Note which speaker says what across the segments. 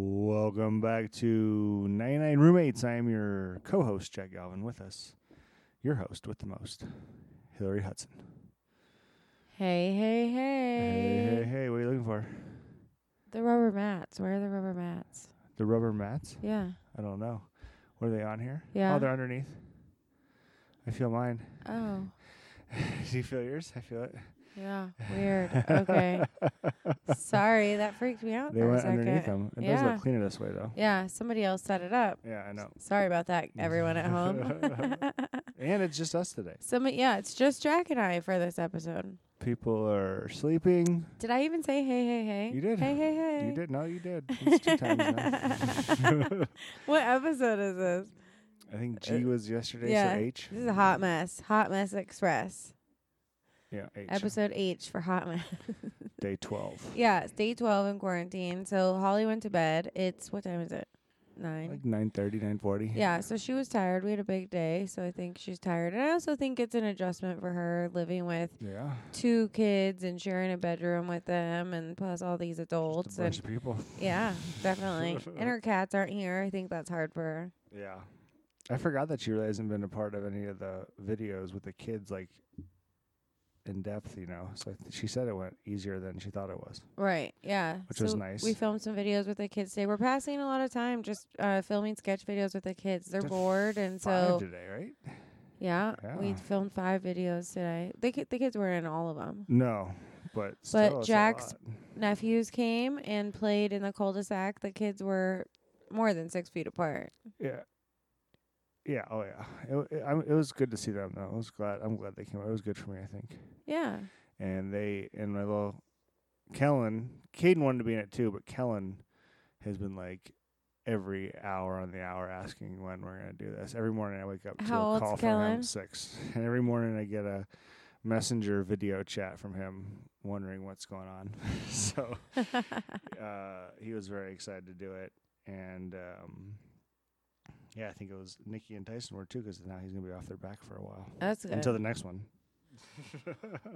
Speaker 1: Welcome back to 99 Roommates. I am your co host, Jack Galvin, with us, your host with the most, Hillary Hudson.
Speaker 2: Hey, hey, hey.
Speaker 1: Hey, hey, hey, what are you looking for?
Speaker 2: The rubber mats. Where are the rubber mats?
Speaker 1: The rubber mats?
Speaker 2: Yeah.
Speaker 1: I don't know. What are they on here?
Speaker 2: Yeah.
Speaker 1: Oh, they're underneath. I feel mine.
Speaker 2: Oh,
Speaker 1: Do you feel yours? I feel it.
Speaker 2: yeah. Weird. Okay. Sorry, that freaked me out.
Speaker 1: They
Speaker 2: for a
Speaker 1: went
Speaker 2: second.
Speaker 1: underneath them. It does
Speaker 2: Yeah.
Speaker 1: look cleaner this way, though.
Speaker 2: Yeah, somebody else set it up.
Speaker 1: Yeah, I know.
Speaker 2: Sorry about that, everyone at home.
Speaker 1: And it's just us today.
Speaker 2: Somebody, yeah, it's just Jack and I for this episode.
Speaker 1: People are sleeping.
Speaker 2: Did I even say hey, hey, hey?
Speaker 1: You did.
Speaker 2: Hey, hey, hey.
Speaker 1: You did. No, you did. It's two times now.
Speaker 2: What episode is this?
Speaker 1: I think G was yesterday,
Speaker 2: Uh, yeah.
Speaker 1: so H.
Speaker 2: This is a hot mess. Hot mess express.
Speaker 1: Yeah, H.
Speaker 2: Episode H for hot mess.
Speaker 1: Day 12.
Speaker 2: Yeah, it's day 12 in quarantine. So Holly went to bed. It's what time is it? Nine.
Speaker 1: Like 9.30, 9.40.
Speaker 2: yeah, so she was tired. We had a big day, so I think she's tired. And I also think it's an adjustment for her living with
Speaker 1: Yeah.
Speaker 2: two kids and sharing a bedroom with them and plus all these
Speaker 1: Just
Speaker 2: adults
Speaker 1: a bunch
Speaker 2: and
Speaker 1: of people.
Speaker 2: yeah, definitely. and her cats aren't here. I think that's hard for her.
Speaker 1: Yeah. I forgot that she really hasn't been a part of any of the videos with the kids, like, in depth, you know. So I th- she said it went easier than she thought it was.
Speaker 2: Right. Yeah.
Speaker 1: Which was
Speaker 2: So
Speaker 1: nice.
Speaker 2: We filmed some videos with the kids today. We're passing a lot of time just uh, filming sketch videos with the kids. They're
Speaker 1: The
Speaker 2: bored and
Speaker 1: Five
Speaker 2: so
Speaker 1: today, right?
Speaker 2: Yeah, we
Speaker 1: Yeah.
Speaker 2: filmed five videos today. The, ki- the kids were in all of them.
Speaker 1: No, but still, it's a
Speaker 2: Jack's-
Speaker 1: lot.
Speaker 2: Nephews came and played in the cul-de-sac. The kids were more than six feet apart.
Speaker 1: Yeah. Yeah. Oh, yeah. It, w- it, I'm- it was good to see them, though. I was glad. I'm glad they came. It was good for me, I think.
Speaker 2: Yeah.
Speaker 1: and they and my little Kellen, Caden wanted to be in it too, but Kellen has been like every hour on the hour asking when we're gonna do this. Every morning I wake up to
Speaker 2: How
Speaker 1: a
Speaker 2: old's
Speaker 1: call from him
Speaker 2: Kellen?
Speaker 1: six, and every morning I get a messenger video chat from him wondering what's going on. so uh, he was very excited to do it, and um, yeah, I think it was Nikki and Tyson were too, because now he's gonna be off their back for a while
Speaker 2: That's good.
Speaker 1: until the next one.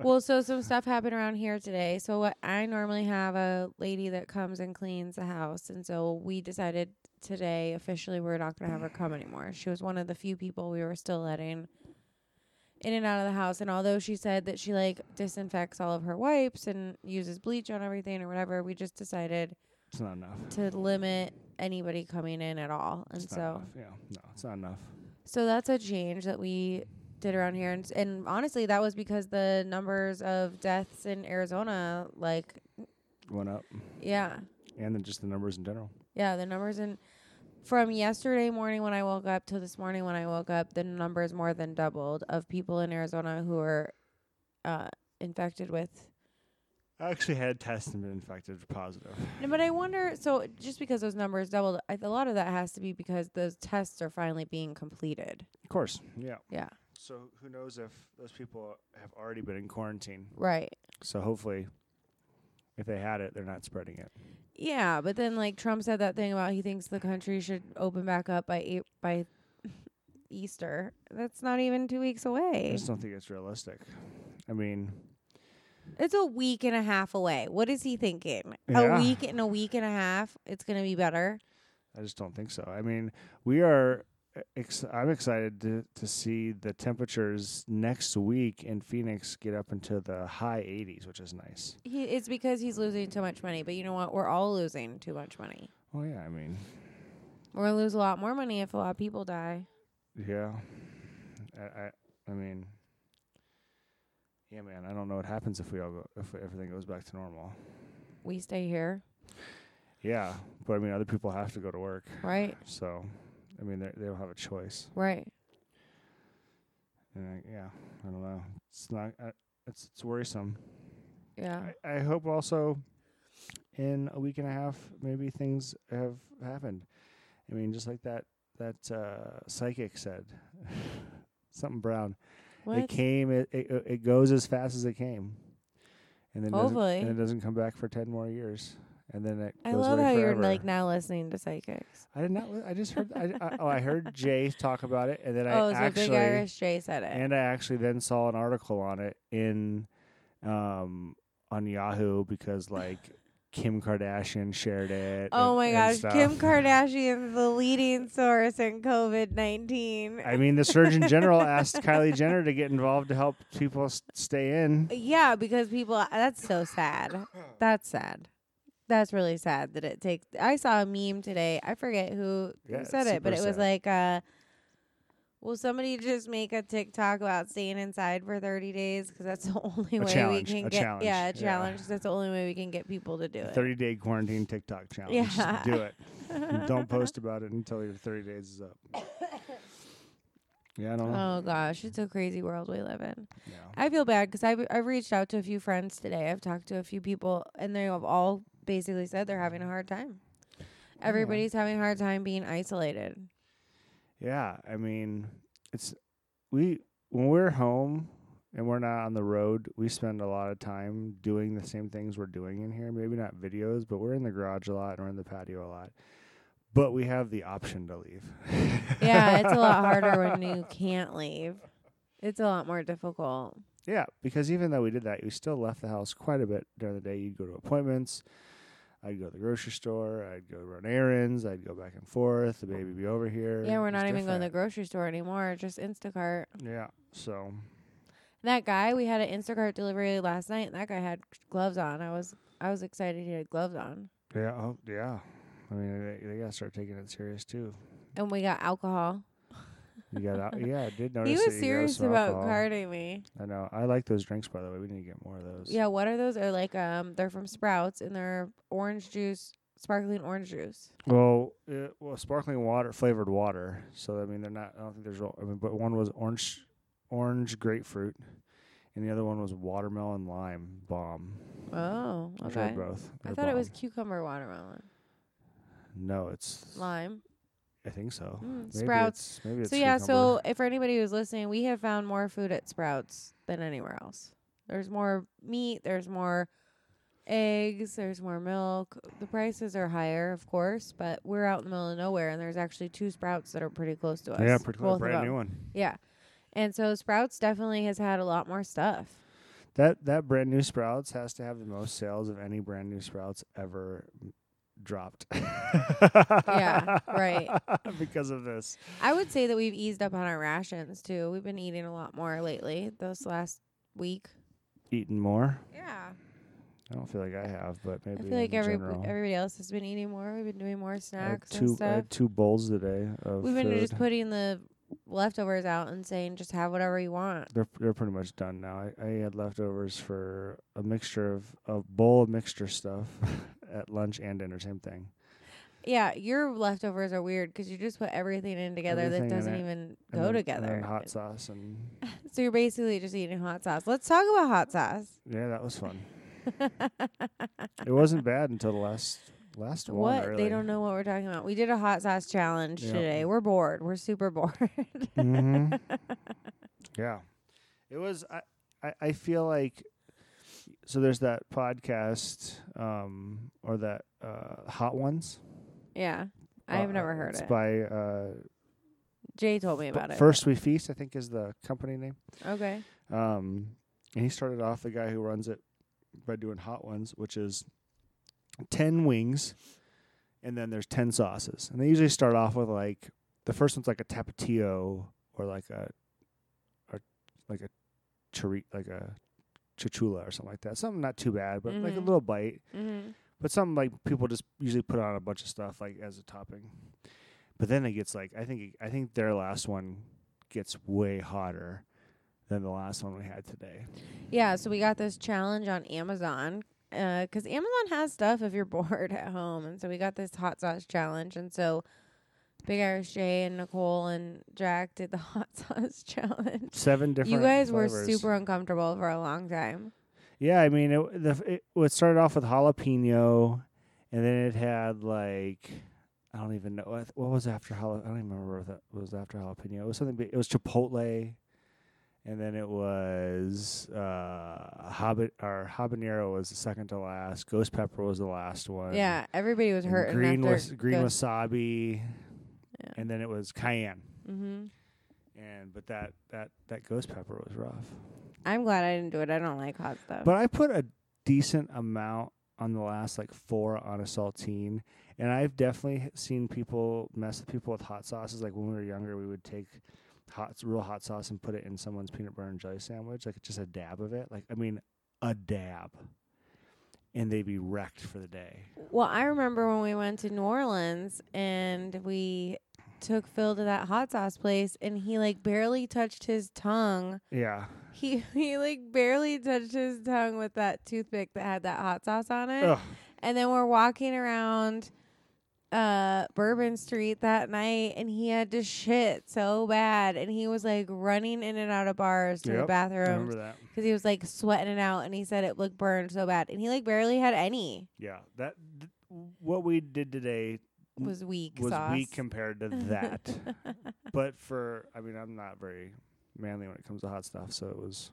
Speaker 2: well, so some stuff happened around here today. So what I normally have a lady that comes and cleans the house, and so we decided today officially we're not going to have her come anymore. She was one of the few people we were still letting in and out of the house, and although she said that she like disinfects all of her wipes and uses bleach on everything or whatever, we just decided
Speaker 1: It's not enough.
Speaker 2: to limit anybody coming in at all. And
Speaker 1: It's
Speaker 2: so
Speaker 1: not enough. yeah, no, it's not enough.
Speaker 2: so that's a change that we did around here, and, s- and honestly, that was because the numbers of deaths in Arizona, like,
Speaker 1: Went up,
Speaker 2: yeah,
Speaker 1: and then just the numbers in general.
Speaker 2: yeah, the numbers in from yesterday morning when I woke up till this morning when I woke up, the numbers more than doubled of people in Arizona who are uh, infected with
Speaker 1: I actually had tests and been infected positive.
Speaker 2: No, but I wonder. So just because those numbers doubled, I, a lot of that has to be because those tests are finally being completed.
Speaker 1: Of course, yeah.
Speaker 2: Yeah.
Speaker 1: So who knows if those people have already been in quarantine?
Speaker 2: Right.
Speaker 1: So hopefully, if they had it, they're not spreading it.
Speaker 2: Yeah, but then like Trump said that thing about he thinks the country should open back up by eight, by Easter. That's not even two weeks
Speaker 1: I
Speaker 2: away.
Speaker 1: just don't think it's realistic. I mean,
Speaker 2: It's a week and a half away. What is he thinking?
Speaker 1: Yeah.
Speaker 2: A week and a week and a half. It's gonna be better.
Speaker 1: I just don't think so. I mean, we are. Ex- I'm excited to, to see the temperatures next week in Phoenix get up into the high 80s, which is nice.
Speaker 2: He it's because he's losing too much money. But you know what? We're all losing too much money.
Speaker 1: Oh yeah, I mean,
Speaker 2: We're gonna lose a lot more money if a lot of people die.
Speaker 1: Yeah. I, I I mean Yeah, man, I don't know what happens if we all go if everything goes back to normal.
Speaker 2: We stay here,
Speaker 1: Yeah, but I mean other people have to go to work.
Speaker 2: right?
Speaker 1: So, I mean they they don't have a choice.
Speaker 2: Right.
Speaker 1: And I, yeah, I don't know. It's not uh, it's it's worrisome.
Speaker 2: Yeah.
Speaker 1: I, I hope also in a week and a half maybe things have happened. I mean, just like that that uh psychic said something brown It
Speaker 2: What?
Speaker 1: came. It, it it goes as fast as it came, and then doesn't,
Speaker 2: Hopefully.
Speaker 1: and it doesn't come back for ten more years, and then it.
Speaker 2: I
Speaker 1: goes
Speaker 2: love
Speaker 1: away
Speaker 2: how
Speaker 1: forever.
Speaker 2: you're like now listening to psychics.
Speaker 1: I did not. li- I just heard. I, I, oh, I heard Jay talk about it, and then
Speaker 2: oh,
Speaker 1: I
Speaker 2: so
Speaker 1: actually
Speaker 2: Big Irish Jay said it.
Speaker 1: and I actually then saw an article on it in, um, on Yahoo because like Kim Kardashian shared it.
Speaker 2: Oh
Speaker 1: and-
Speaker 2: my
Speaker 1: and
Speaker 2: gosh,
Speaker 1: stuff.
Speaker 2: Kim Kardashian's the leading source in COVID nineteen.
Speaker 1: I mean, the Surgeon General asked Kylie Jenner to get involved to help people s- stay in.
Speaker 2: Yeah, because people that's so sad. That's sad. That's really sad that it takes I saw a meme today. I forget who,
Speaker 1: Yeah,
Speaker 2: who
Speaker 1: it's
Speaker 2: said it, but it
Speaker 1: super
Speaker 2: was
Speaker 1: sad.
Speaker 2: like uh Will somebody just make a TikTok about staying inside for 30 days? Because that's the only
Speaker 1: A
Speaker 2: way we
Speaker 1: challenge,
Speaker 2: can
Speaker 1: a
Speaker 2: get
Speaker 1: challenge,
Speaker 2: yeah a
Speaker 1: yeah.
Speaker 2: challenge. 'cause that's the only way we can get people to do it.
Speaker 1: 30 day quarantine TikTok challenge. Just
Speaker 2: Yeah.
Speaker 1: Do it. Don't post about it until your 30 days is up. Yeah, I don't know.
Speaker 2: Oh gosh, it's a crazy world we live in.
Speaker 1: yeah.
Speaker 2: I feel bad because I've, I've reached out to a few friends today. I've talked to a few people, and they have all basically said they're having a hard time.
Speaker 1: Oh,
Speaker 2: Everybody's having a hard time being isolated.
Speaker 1: yeah, I mean, it's we when we're home and we're not on the road, we spend a lot of time doing the same things we're doing in here. Maybe not videos, but we're in the garage a lot and we're in the patio a lot. But we have the option to leave.
Speaker 2: Yeah, it's a lot harder when you can't leave. It's a lot more difficult.
Speaker 1: Yeah, because even though we did that, we still left the house quite a bit during the day. You'd go to appointments. I'd go to the grocery store. I'd go run errands. I'd go back and forth. The baby be over here.
Speaker 2: Yeah, we're
Speaker 1: It's
Speaker 2: not even going to the
Speaker 1: different.
Speaker 2: grocery store anymore, just Instacart.
Speaker 1: yeah. So
Speaker 2: That guy, we had an Instacart delivery last night, and that guy had gloves on. I was I was excited he had gloves on.
Speaker 1: yeah, oh, yeah. I mean, they, they gotta start taking it serious too.
Speaker 2: And we got alcohol.
Speaker 1: You got out. yeah, I did notice.
Speaker 2: He
Speaker 1: that you
Speaker 2: was
Speaker 1: got
Speaker 2: serious
Speaker 1: some
Speaker 2: about
Speaker 1: alcohol.
Speaker 2: carding me.
Speaker 1: I know. I like those drinks, by the way. We need to get more of those.
Speaker 2: Yeah, what are those? Are like um, they're from Sprouts and they're orange juice, sparkling orange juice.
Speaker 1: Well, uh, well, sparkling water, flavored water. So I mean, they're not. I don't think there's. real- I mean, but one was orange, orange grapefruit, and the other one was watermelon lime bomb.
Speaker 2: Oh,
Speaker 1: I
Speaker 2: okay.
Speaker 1: tried both.
Speaker 2: I
Speaker 1: They're
Speaker 2: thought it was
Speaker 1: bomb.
Speaker 2: cucumber watermelon,
Speaker 1: No, it's.
Speaker 2: lime.
Speaker 1: I think so.
Speaker 2: Mm,
Speaker 1: Maybe
Speaker 2: Sprouts.
Speaker 1: it's- maybe it's
Speaker 2: So yeah,
Speaker 1: cucumber.
Speaker 2: so if anybody who's listening, we have found more food at Sprouts than anywhere else. There's more meat. There's more eggs. There's more milk. The prices are higher, of course, but we're out in the middle of nowhere, and there's actually two Sprouts that are pretty close to us.
Speaker 1: yeah, pretty
Speaker 2: both
Speaker 1: cool.
Speaker 2: of
Speaker 1: Brand
Speaker 2: them.
Speaker 1: new one.
Speaker 2: Yeah, and so Sprouts definitely has had a lot more stuff.
Speaker 1: That that brand new Sprouts has to have the most sales of any brand new Sprouts ever m- dropped. yeah,
Speaker 2: right.
Speaker 1: because of this.
Speaker 2: I would say that we've eased up on our rations too. We've been eating a lot more lately this last week.
Speaker 1: Eating more.
Speaker 2: Yeah,
Speaker 1: I don't feel like I have, but maybe
Speaker 2: I feel like
Speaker 1: in
Speaker 2: every
Speaker 1: general.
Speaker 2: everybody else has been eating more. We've been doing more
Speaker 1: I had
Speaker 2: snacks
Speaker 1: two
Speaker 2: and
Speaker 1: I
Speaker 2: stuff.
Speaker 1: had two bowls today of
Speaker 2: We've been
Speaker 1: food.
Speaker 2: just putting the leftovers out and saying just have whatever you want.
Speaker 1: they're they're pretty much done now. I, I had leftovers for a mixture of a bowl of mixture stuff at lunch and dinner, same thing.
Speaker 2: Yeah, your leftovers are weird because you just put everything in together
Speaker 1: Everything in
Speaker 2: that doesn't
Speaker 1: it,
Speaker 2: even
Speaker 1: And
Speaker 2: go
Speaker 1: then-
Speaker 2: together.
Speaker 1: And then hot sauce and
Speaker 2: so you're basically just eating hot sauce. Let's talk about hot sauce.
Speaker 1: yeah, that was fun. it wasn't bad until the last last one.
Speaker 2: What?
Speaker 1: Really.
Speaker 2: They don't know what we're talking about. We did a hot sauce challenge
Speaker 1: Yeah.
Speaker 2: today. We're bored. We're super bored.
Speaker 1: hmm yeah, it was. I, I I feel like so. There's that podcast um or that uh Hot Ones.
Speaker 2: yeah. I've
Speaker 1: Uh,
Speaker 2: never heard
Speaker 1: it's
Speaker 2: it.
Speaker 1: by uh,
Speaker 2: Jay told me
Speaker 1: But
Speaker 2: about it.
Speaker 1: First We Feast, I think, is the company name.
Speaker 2: Okay.
Speaker 1: Um, and he started off the guy who runs it by doing hot ones, which is ten wings, and then there's ten sauces, and they usually start off with like the first one's like a tapatio or like a or like a chari- like a chichula or something like that. Something not too bad, but like a
Speaker 2: Mhm.
Speaker 1: little bite
Speaker 2: Mm-hmm.
Speaker 1: but some like people just usually put on a bunch of stuff like as a topping. But then it gets like I think it- I think their last one gets way hotter than the last one we had today.
Speaker 2: Yeah. So we got this challenge on Amazon because Amazon has stuff if you're bored at home. And so we got this hot sauce challenge. And so Big Irish Jay and Nicole and Jack did the hot sauce challenge.
Speaker 1: Seven different.
Speaker 2: You guys were
Speaker 1: flavors.
Speaker 2: super uncomfortable for a long time.
Speaker 1: Yeah, I mean, it, the, it, well, it started off with jalapeno, and then it had like I don't even know what, what was after jalapeno. I don't even remember what, that, what was after jalapeno. It was something. big- It was chipotle, and then it was uh, haban or habanero was the second to last. Ghost pepper was the last one.
Speaker 2: yeah. Everybody was
Speaker 1: and
Speaker 2: hurting.
Speaker 1: green
Speaker 2: after
Speaker 1: was green wasabi,
Speaker 2: Yeah.
Speaker 1: and then it was cayenne.
Speaker 2: Mm-hmm.
Speaker 1: And but that that that ghost pepper was rough.
Speaker 2: I'm glad I didn't do it. I don't like hot stuff.
Speaker 1: But I put a decent amount on the last like four on a saltine. And I've definitely seen people mess with people with hot sauces. Like when we were younger, we would take hot, real hot sauce and put it in someone's peanut butter and jelly sandwich, like just a dab of it. Like, I mean, a dab. And they'd be wrecked for the day.
Speaker 2: Well, I remember when we went to New Orleans and we took Phil to that hot sauce place and he like barely touched his tongue.
Speaker 1: Yeah.
Speaker 2: He he like barely touched his tongue with that toothpick that had that hot sauce on it.
Speaker 1: Ugh.
Speaker 2: And then we're walking around uh Bourbon Street that night and he had to shit so bad and he was like running in and out of bars to the
Speaker 1: Yep, I
Speaker 2: bathrooms
Speaker 1: remember that.
Speaker 2: cuz he was like sweating it out and he said it looked burned so bad and he like barely had any
Speaker 1: Yeah. That th- what we did today Mm.
Speaker 2: was weak
Speaker 1: was
Speaker 2: sauce.
Speaker 1: weak compared to that. but for I mean, I'm not very manly when it comes to hot stuff, so it was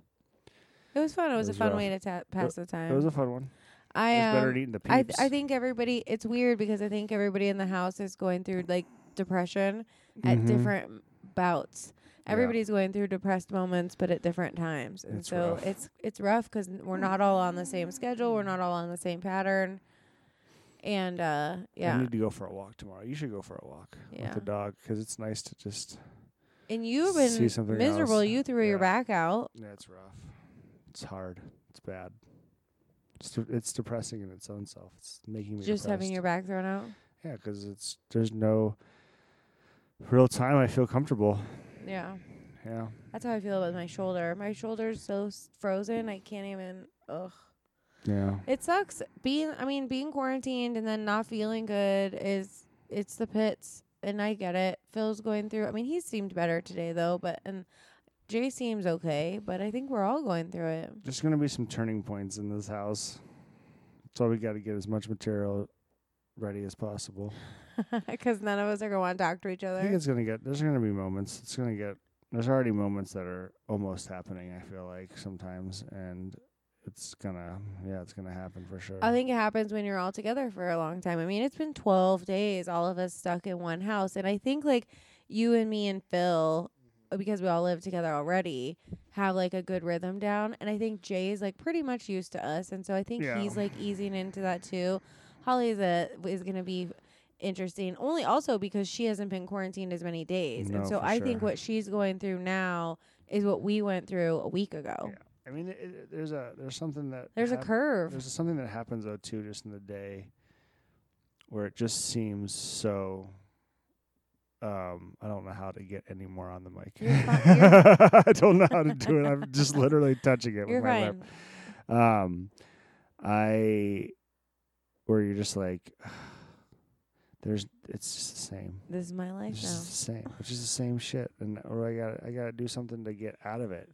Speaker 2: it was fun. It was,
Speaker 1: was
Speaker 2: a fun
Speaker 1: rough.
Speaker 2: way to ta- pass the time.
Speaker 1: it was a fun one.
Speaker 2: I
Speaker 1: it was better
Speaker 2: um,
Speaker 1: than eating the peeps.
Speaker 2: I, th- I think everybody it's weird because I think everybody in the house is going through like depression at
Speaker 1: Mhm.
Speaker 2: different bouts.
Speaker 1: Yeah.
Speaker 2: Everybody's going through depressed moments, but at different times, and
Speaker 1: It's
Speaker 2: so
Speaker 1: rough.
Speaker 2: it's it's rough because we're not all on the same schedule. We're not all on the same pattern, and uh,
Speaker 1: I
Speaker 2: yeah,
Speaker 1: need to go for a walk tomorrow. You should go for a walk
Speaker 2: Yeah.
Speaker 1: with the dog because it's nice to just.
Speaker 2: and you've
Speaker 1: see
Speaker 2: been
Speaker 1: something
Speaker 2: miserable.
Speaker 1: else.
Speaker 2: You threw
Speaker 1: Yeah.
Speaker 2: your back out.
Speaker 1: Yeah, it's rough. It's hard. It's bad. It's de- it's depressing in its own self. It's making me
Speaker 2: Just having
Speaker 1: depressed.
Speaker 2: your back thrown out.
Speaker 1: yeah, because it's there's no real time. I feel comfortable.
Speaker 2: Yeah,
Speaker 1: Yeah,
Speaker 2: that's how I feel about my shoulder. My shoulder's so s- frozen. I can't even. Ugh.
Speaker 1: yeah.
Speaker 2: It sucks being I mean being quarantined and then not feeling good is it's the pits and I get it. Phil's going through I mean he seemed better today though, but and Jay seems okay, but I think we're all going through it.
Speaker 1: There's gonna be some turning points in this house. That's why we got to get as much material ready as possible.
Speaker 2: 'Cause none of us are going to want to talk to each
Speaker 1: I think
Speaker 2: other.
Speaker 1: it's gonna get. There's gonna be moments. It's gonna get. There's already moments that are almost happening. I feel like sometimes, and it's gonna. Yeah, it's gonna happen for sure.
Speaker 2: I think it happens when you're all together for a long time. I mean, it's been 12 days all of us stuck in one house and I think like you and me and Phil uh, because we all live together already have like a good rhythm down and i think jay's like pretty much used to us and so i think
Speaker 1: Yeah.
Speaker 2: he's like easing into that too holly's a is going to be interesting only also because she hasn't been quarantined as many days and
Speaker 1: No,
Speaker 2: so
Speaker 1: for
Speaker 2: i think
Speaker 1: sure.
Speaker 2: what she's going through now is what we went through a week ago
Speaker 1: Yeah. I mean, it, it, there's a there's something that
Speaker 2: there's a
Speaker 1: hap-
Speaker 2: curve
Speaker 1: There's something that happens though too, just in the day, where it just seems so. Um, I don't know how to get any more on the mic.
Speaker 2: You're fi-
Speaker 1: I don't know how to do it. I'm just literally touching it
Speaker 2: you're
Speaker 1: with my
Speaker 2: fine
Speaker 1: lip. Um, I, where you're just like, there's, it's just the same.
Speaker 2: this is my life
Speaker 1: It's
Speaker 2: now
Speaker 1: just the same. It's just the same shit. And or I got I got to do something to get out of it.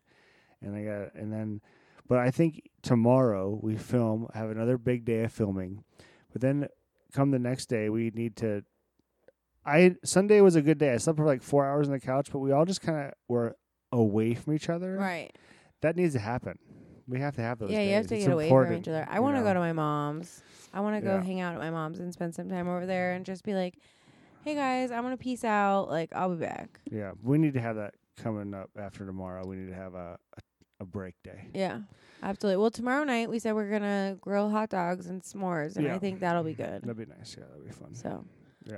Speaker 1: And I got and then, but I think tomorrow we film have another big day of filming, but then come the next day we need to. I Sunday was a good day. I slept for like four hours on the couch, but we all just kind of were away from each other.
Speaker 2: right
Speaker 1: That needs to happen. We have to have those.
Speaker 2: yeah
Speaker 1: days.
Speaker 2: you have to
Speaker 1: It's
Speaker 2: get away from
Speaker 1: important,
Speaker 2: each other i
Speaker 1: you
Speaker 2: want to
Speaker 1: know?
Speaker 2: go to my mom's i want to go
Speaker 1: Yeah. Mm-hmm.
Speaker 2: hang out at my mom's and spend some time over there and just be like hey guys i'm gonna peace out like i'll be back
Speaker 1: Yeah, we need to have that coming up after tomorrow. We need to have a a, a break day.
Speaker 2: Yeah, absolutely. Well, tomorrow night we said we're gonna grill hot dogs and s'mores, and I
Speaker 1: Yeah. Mm-hmm.
Speaker 2: think that'll be good.
Speaker 1: That'd be nice. Yeah, that'd be fun.
Speaker 2: So,
Speaker 1: Yeah.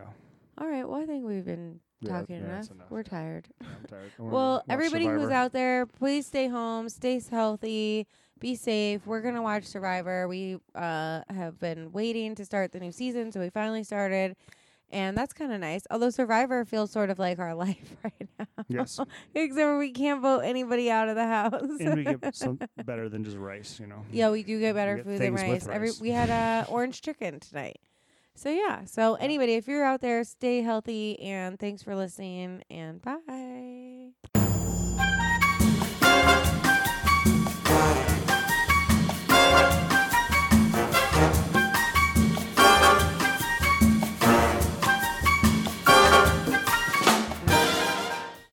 Speaker 2: all right. Well, I think we've been
Speaker 1: Yeah, that's-
Speaker 2: talking
Speaker 1: yeah,
Speaker 2: enough.
Speaker 1: that's enough,
Speaker 2: We're
Speaker 1: yeah.
Speaker 2: tired.
Speaker 1: Yeah, I'm tired. I wanna
Speaker 2: Well,
Speaker 1: watch
Speaker 2: everybody who's
Speaker 1: Survivor.
Speaker 2: out there, please stay home, stay healthy, be safe. We're gonna watch Survivor. We uh, have been waiting to start the new season, so we finally started. And that's kind of nice. Although Survivor feels sort of like our life right now.
Speaker 1: Yes,
Speaker 2: Except for we can't vote anybody out of the house.
Speaker 1: and we get some better than just rice, you know.
Speaker 2: Yeah, we do get better
Speaker 1: get
Speaker 2: food than
Speaker 1: things
Speaker 2: rice.
Speaker 1: with
Speaker 2: Every
Speaker 1: rice.
Speaker 2: we had uh, orange chicken tonight. So yeah. So anybody, if you're out there, stay healthy and thanks for listening and bye.